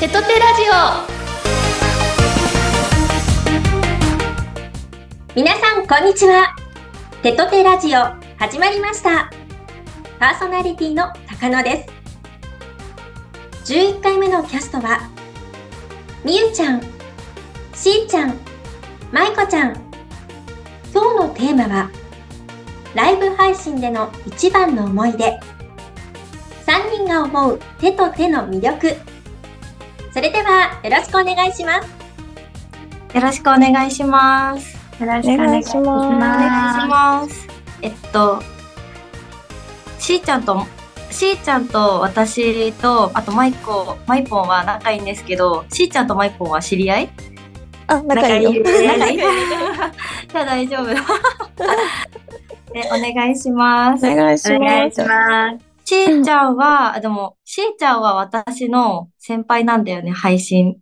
トテラジオ皆さんこんにちはテトテラジオ始まりましたパーソナリティの高野です11回目のキャストはみゆちゃんしーちゃんまいこちゃん今日のテーマはライブ配信での一番の思い出3人が思う手と手の魅力それではよろしくお願いしますよろしくお願いします。よろお願いしおま願いします。えっと、しーちゃんと、しーちゃんと私と、あとマイコ、マイポンは仲いいんですけど、しーちゃんとマイポンは知り合いす。あ、仲いいよ。仲 いい。じゃあ大丈夫。で、 お願いしまおす。願いします。ますしーちゃんは、あでも、しーちゃんは私の先輩なんだよね、配信。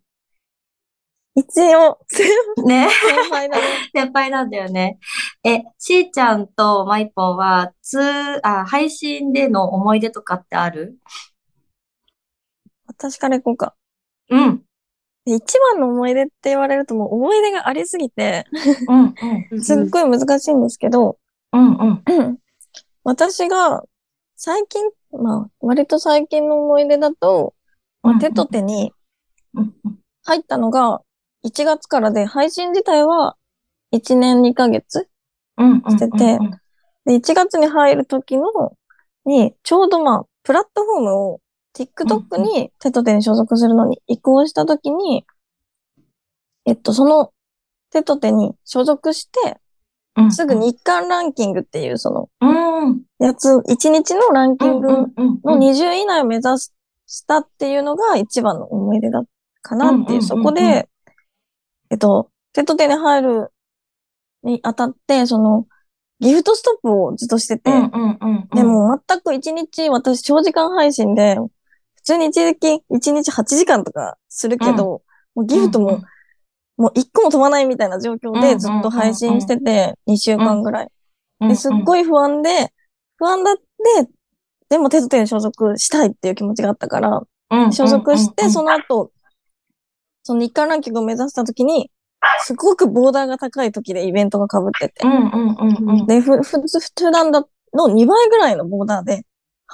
一応、先ね。輩だね。先輩なんだよね。え、しーちゃんとマイポンは、つ、あ、配信での思い出とかってある 私から行こうか。うん。で一番の思い出って言われるともう思い出がありすぎて、うん。すっごい難しいんですけど、うん。うん。私が最近、まあ、割と最近の思い出だと、うん。手と手にうん。うん。入ったのが1月からで、配信自体は1年2ヶ月うん。うん。しててで、1月に入る時の、に、ちょうどまあ、プラットフォームを TikTok に手と手に所属するのに移行した時に、えっと、その手と手に所属して、うん。すぐ日韓ランキングっていうその、うん。うん。やつ、1日のランキングのうん。 20位以内を目指すしたっていうのが一番の思い出だかなっていう、うんうんうんうんそこで、えっと、手と手に入るにあたって、その、ギフトストップをずっとしてて、うん。うん。うん。で、も全く一日、私長時間配信で、普通に一日、一日8時間とかするけど、もうギフトも、もう一個も飛ばないみたいな状況うでんずっと配信してて、2週間ぐらい。うん、ですっい。ごい不安で、不安だって、でも手と手に所属したいっていう気持ちがあったから、所属して、その、の後、その日韓ランキングを目指した時に、すごくボーダーが高い時でイベントが被っててう、ん。うん。うん。うん。で、ふ、ふつ、普段だ、の2倍ぐらいのボーダーで、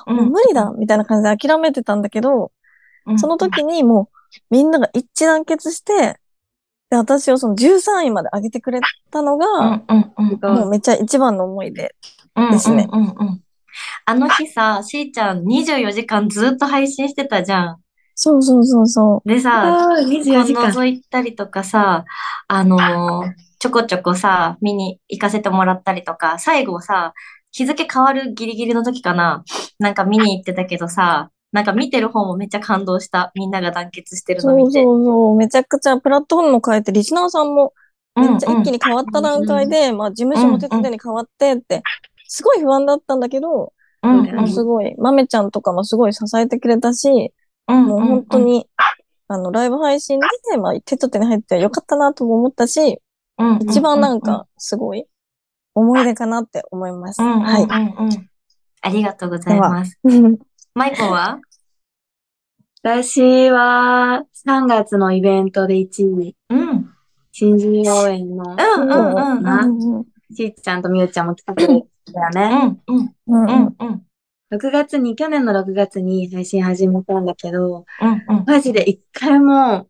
うんもう無理だみたいな感じで諦めてたんだけど、その時にもうみんなが一致団結して、で、私をその13位まで上げてくれたのうが、ん。うん。うん。もうめっちゃ一番の思い出。ですねうん。うん。うん。あの日さ、しーちゃん24時間ずっと配信してたじゃん。そうそうそうそでさ、あー24時間覗いたりとかさ、あのーちょこちょこさ、見に行かせてもらったりとか、最後さ、日付変わるギリギリの時かな、なんか見に行ってたけどさ、なんか見てる方もめっちゃ感動した。みんなが団結してう。るそのう見て。そうそう。めちゃくちゃプラットフォームも変えて、リスナーさんもめっちゃ一気に。に変わった段階で、まあ事務所も手伝いに変わってって、すごい不安だったんだけど、うんうんもうすごい、まめちゃんとかもすごい支えてくれたし、うんもう本当。に、あの、ライブ配信で、まあ、手と手に入ってよかったなとも思ったし、うんうん一番なん、か、すごい、思い出かなって思います。うんうんうんはい。うんうんありがとうございます。マイコは私は3月のイベントで1位、うん。うん新人応援うの、んうんうん。うんしーちゃんとみゆちゃんも来てくれたんうだよね。んうんうんううんんうん6月に、去年の6月に配信始めたんだけど、うんうん。マジで1回も、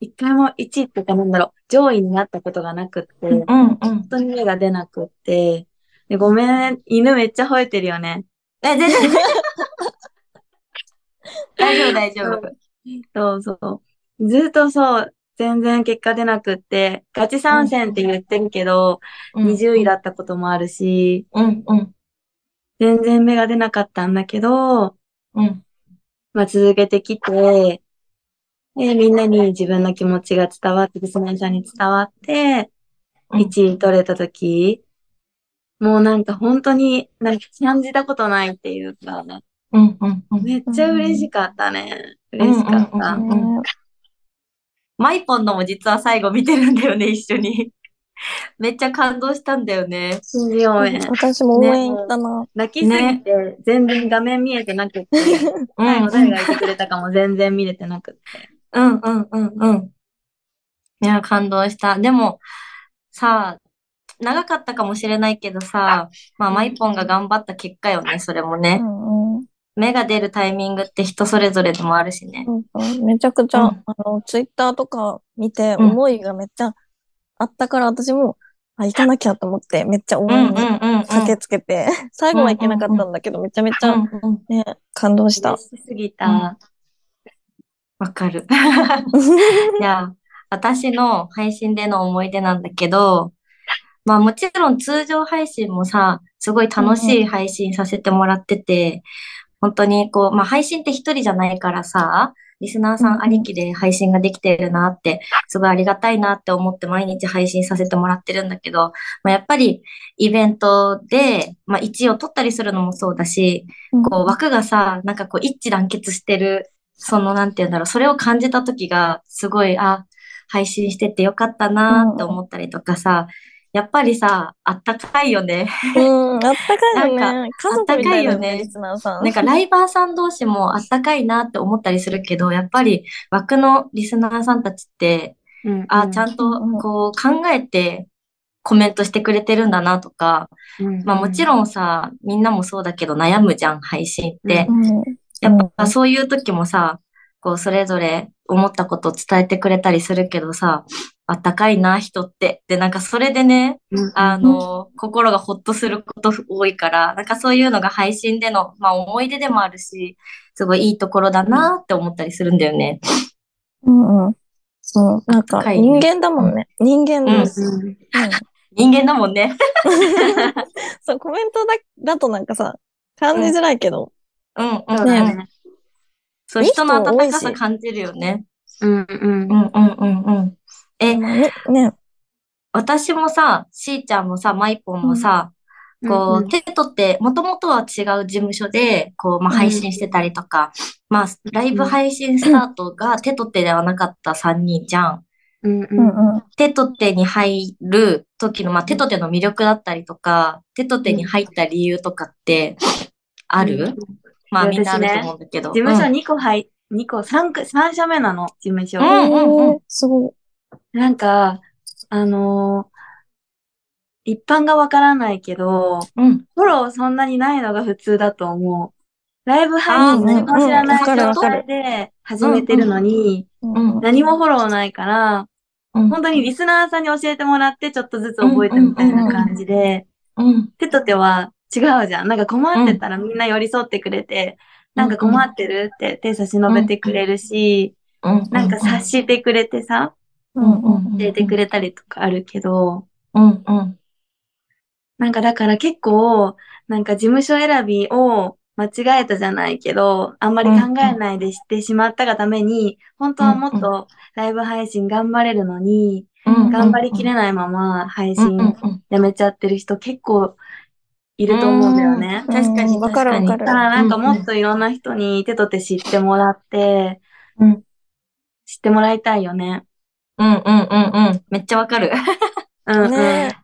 1回も1位とかなんだろう、上位になったことがなくって、本うんうん。当に目が出なくって、で、ごめん、犬めっちゃ吠えてるよね。え、全 然。大丈夫大丈夫。そうそう。ずっとそう、全然結果出なくって、ガチ参戦って言ってるけど、20位だったこともあるし、うんうん全然芽が出なかったんだけど、うんまあ続けてきて、で、みんなに自分の気持ちが伝わって、リスナーさんに伝わって、うん1位取れたとき、もうなんか本当になんか感じたことないっていうか、うんうんうん。めっちゃ嬉しかったね。嬉しかっうんうんうんうんねた。マイポンのも実は最後見てるんだよね、一緒に。めっちゃ感動したんだよね。新人応援。私も応援行ったな。泣きすぎて全然画面見えてなくって、最後誰がいてくれたかも全然見れてなくって。うんうんうんうん。いや、感動した。でも、さあ、長かったかもしれないけどさ、まあ、マイポンが頑張った結果よね、それもうね。んうん。芽が出るタイミングって人それぞれでもあるしね。そうそうめちゃくちゃ、うんあの、ツイッターとか見て、うん思いがめっちゃあったから、私も、あ、行かなきゃと思って、めっちゃ応うんう援んうにんうん。駆けつけて、 最後は行けなかったんだけど、めちゃめちうゃんうん。ね、感動した。嬉しすぎた。わか る。 いや、私の配信での思い出なんだけど、まあもちろん通常配信もさ、すごい楽しい配信させてもらってて、本当にこう、まあ配信って一人じゃないからさ、リスナーさんありきで配信ができてるなって、すごいありがたいなって思って毎日配信させてもらってるんだけど、まあやっぱりイベントで、まあ1位を取ったりするのもそうだし、こう枠がさ、なんかこう一致団結してる、そのなんて言うんだろう、それを感じた時が、すごい、あ、配信しててよかったなって思ったりとかさ、やっぱりさ、あったかいよね。うん、あったかいよなね。家族みたあったいだね、かいよねリスナーさん。なんかライバーさん同士もあったかいなって思ったりするけど、やっぱり枠のリスナーさんたちって、うんあ、ちゃんとこう考えてコメントしてくれてるんだなとか、うんまあもちろんさ、みんなもそうだけど悩むじゃん、配信って。うん、やっぱそういう時もさ、こうそれぞれ思ったことを伝えてくれたりするけどさ、あったかいな、人って。で、なんかそれでね、うんあの、心がほっとすること多いから、なんかそういうのが配信での、まあ思い出でもあるし、すごいいいところだなって思ったりするんだよね。うん、うん。そう、なんか高い人ね間だもんね。人間うだんし。うん うん人間だもんね。 そう、コメントだ、だとなんかさ、感じづらいけど。うんうん。そううんだねね。そう、いい人の人温多いかさし感じるよね。うんうんうんうんうんうん。え、まあね、ね。私もさ、しーちゃんもさ、まいぽんもさ、こう、テトって、もともとは違う事務所で、こう、まあ、うん配信してたりとか、まあ、ライブ配信スタートが テトってではなかった3人じゃん。うんううんんうん。テトってに入る時の、まあ、テトっての魅力だったりとか、テトってに入った理由とかって、ある、うんまあ、いやみんなある私とね思うんだけど。事務所うん2個入、2個、3個、三社目なの、事務所。うんうんうんえーすごい。なんか、あのー一般がわからないけど、うん。フォローそんなにないのが普通だと思う。ライブ配あー信何も知らないうんうんわ状かるわ態で始めてるのに、うんうん何もフォローないから、うん本当にリスナーさんに教えてもらってちょっとずつ覚えてみたいな感じで、うん。手と手は違うじゃん。なんか困ってたらみんな寄り添ってくれて、なんか困ってるって手差し伸べてくれるし、うん。なんか察してくれてさ、うんうん。教えてくれたりとかあるけど、うんうん。なんかだから結構、なんか事務所選びを間違えたじゃないけど、あんまり考えないでしてしまったがために、本当はもっとライブ配信頑張れるのに、うん。頑張りきれないまま配うんうん信やめちゃってる人結構いると思うんだよね。確かにうんわかるわかるだか。らなんかもっといろんな人に手と手知ってもらって、うん知ってもらいたいよね。うんうんうんうん。めっちゃわかる。うんうん。ね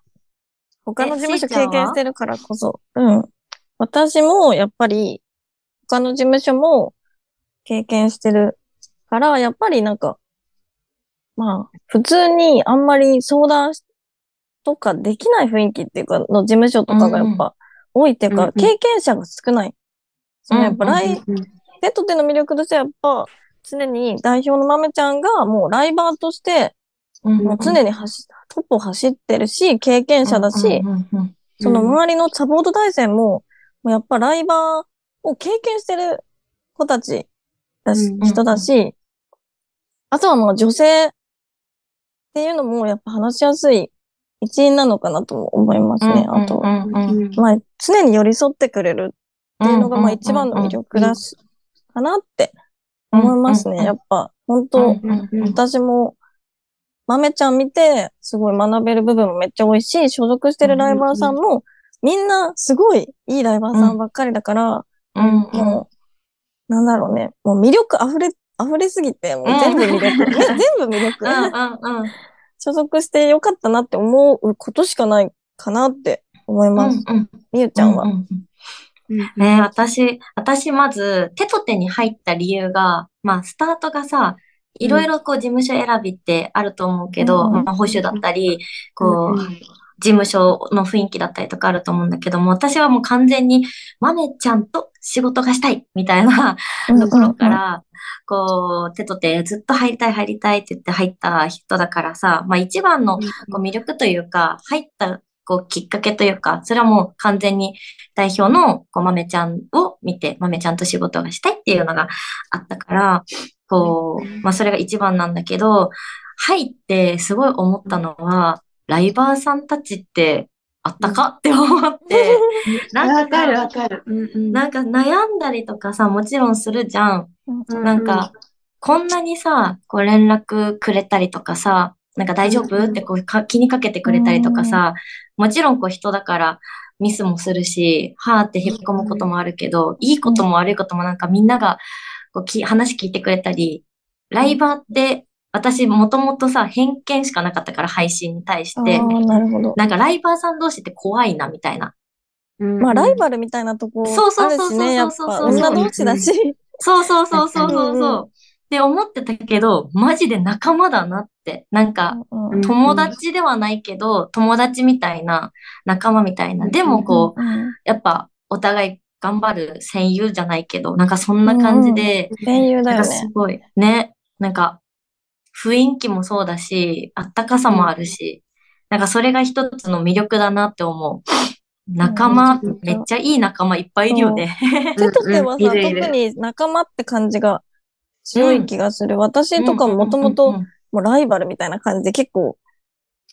他の事務所えしーちゃん経は験してるからこそ。うん。私もやっぱり、他の事務所も経験してるから、やっぱりなんか、まあ、普通にあんまり相談しとかできない雰囲気っていうか、の事務所とかがやっぱ多いっていううんうかん、経験者が少ない。そのやっぱライ、うんペットでの魅力としてはやっぱ、常に代表の豆ちゃんがもうライバーとして、うんもう常に走、トップを走ってるし、経験者だし、うんうんそのうん周りのサポート体制も、もうやっぱライバーを経験してる子たちだし、うん人だし、あとはまあ女性っていうのもやっぱ話しやすい一因なのかなとも思いますね。あとは、うんうんうんうんまあ常に寄り添ってくれるっていうのがまあ一番の魅力だし、かなって思いますね。やっぱ本当、うんうん私も、豆ちゃん見て、すごい学べる部分もめっちゃ多いし、所属してるライバーさんも、みんなすごいいいライバーさんばっかりだから、うんうんもう、なんだろうね、もう魅力溢れ、溢れすぎて、もう全部魅力。 うんね、全部魅うんうん力。うんうん所属してよかったなって思うことしかないかなって思います。うんみゆちゃんは。ううんね私、私まず、手と手に入った理由が、まあ、スタートがさ、いろいろこう事務所選びってあると思うけど、うんまあ保守だったり、こう、うん事務所の雰囲気だったりとかあると思うんだけども、私はもう完全に、マネちゃんと仕事がしたいみたいなところから、こう、手と手ずっと入りたい入りたいって言って入った人だからさ、まあ一番のこう魅力というか、入ったこうきっかけというか、それはもう完全に代表のこう豆ちゃんを見て、豆ちゃんと仕事がしたいっていうのがあったから、こう、まあそれが一番なんだけど、入ってすごい思ったのは、ライバーさんたちってあったかって思 って、なんわかかるわかる。うんうん。なんか悩んだりとかさ、もちろんするじゃん。うんなんか、こんなにさ、こう連絡くれたりとかさ、なんか大丈夫うんってこうか気にかけてくれたりとかさ、もちろんこう人だからミスもするし、はーって引っ込むこともあるけど、いいことも悪いこともなんかみんながこうき話聞いてくれたり、ライバーって私もともとさ、偏見しかなかったから配信に対してあ、ーなるほど。なんかライバーさん同士って怖いなみたいな。うんまあ、ライバルみたいなとこそうそあうるそうしそうね、やっそうぱ。そうそう女同士だし。そうそうそうそうそう確かそにうんう。って思ってたけど、マジで仲間だなって。なんか、うんうん友達ではないけど、友達みたいな、仲間みたいな。でもこう、うんやっぱ、お互い頑張る戦友じゃないけど、なんかそんな感じで、戦友だなんよかねす。ごい、ね。なんか、雰囲気もそうだし、あったかさもあるし、なんかそれが一つの魅力だなって思う。仲間うん、めっちゃいい仲間いっぱいいるよね。手と手はさ、うんうんいるいる特に仲間って感じが強い気がする。私とかももともうんうんとうんうんもうライバルみたいな感じで結構、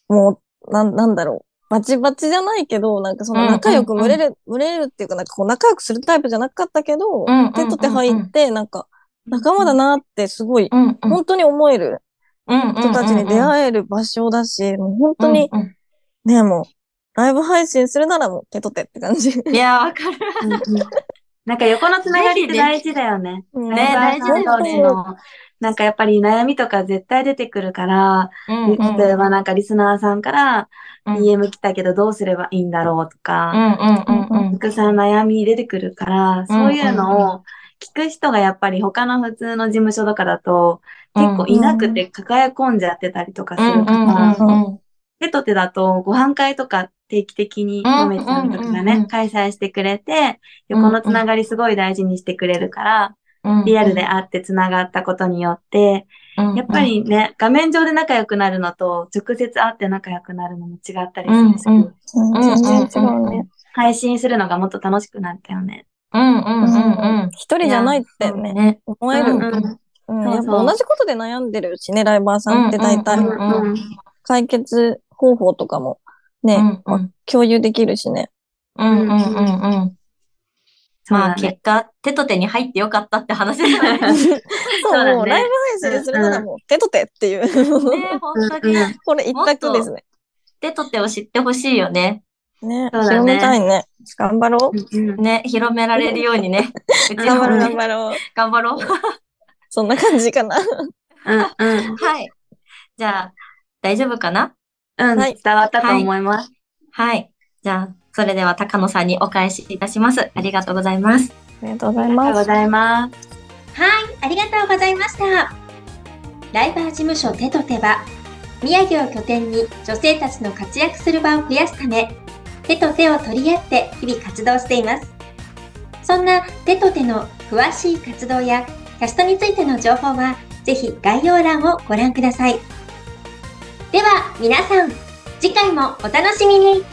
もう、なん、なんだろう。バチバチじゃないけど、なんかその仲良くうんうんう群んれる、群れるっていうか、なんかこう仲良くするタイプじゃなかったけうんうどんうんう、ん手と手入って、なんか仲間だなってすごい、うんうん本当に思える人人たちに出い、会える場所だし、もう本当にうんうんね、もう、ライブ配信するならもう手と手って感じ。いや、わかる。うんうんなんか横のつながりって大事だよね。 ねライバーさん同士の、なんかやっぱり悩みとか絶対出てくるから、うんうん例えばなんかリスナーさんからうん DM 来たけどどうすればいいんだろうとうか、んうんうんうんたくさん悩み出てくるから、そういうのを聞く人がやっぱり他の普通の事務所とかだと、結構いなくて抱え込んじゃってたりとかするから、手と手だとご飯会とか定期的うにんのめちゃんとかがうんうんうんね、開催してくれて、横のつながりすごい大事にしてくれるから、うんリアルで会ってつながったことによって、やっぱ、りね、画面上で仲良くなるのと、直接会って仲良くなるのも違ったりするし、うんうん全うんうん然違うね。配信するのがもっと楽しくなったよね。うんうんうんうん。一人じゃないってね、ね。思うえる。んうんうんそうそうやっぱ同じことで悩んでるしね、ライバーさんって大体うんうんうん解決方法とかもうね、んうん共有できるしね。うんうんうんうん。そうまあだね。結果、手と手に入ってよかったって話だよね。そう、だねもうライブ配信するならもう手と手っていう。ね、本当うんにう。んこれ一択ですね。手と手を知ってほしいよね。ね、そうだね広めたいね。頑張ろう。うんね、広められるようにね。うち頑張らろう、もね頑張ろう。頑張ろう。そんな感じかな。うんうんはい。じゃあ、大丈夫かなうんはい伝わったと思います。はい。じゃあ、それでは高野さんにお返しいたします。ありがとうございます。ありがとうございありがとまうごす。ざいます。はい、ありがとうございました。ライバー事務所手と手は、宮城を拠点に女性たちの活躍する場を増やすため、手と手を取り合って日々活動しています。そんな手と手の詳しい活動やキャストについての情報は、ぜひ概要欄をご覧ください。では、皆さん、次回もお楽しみに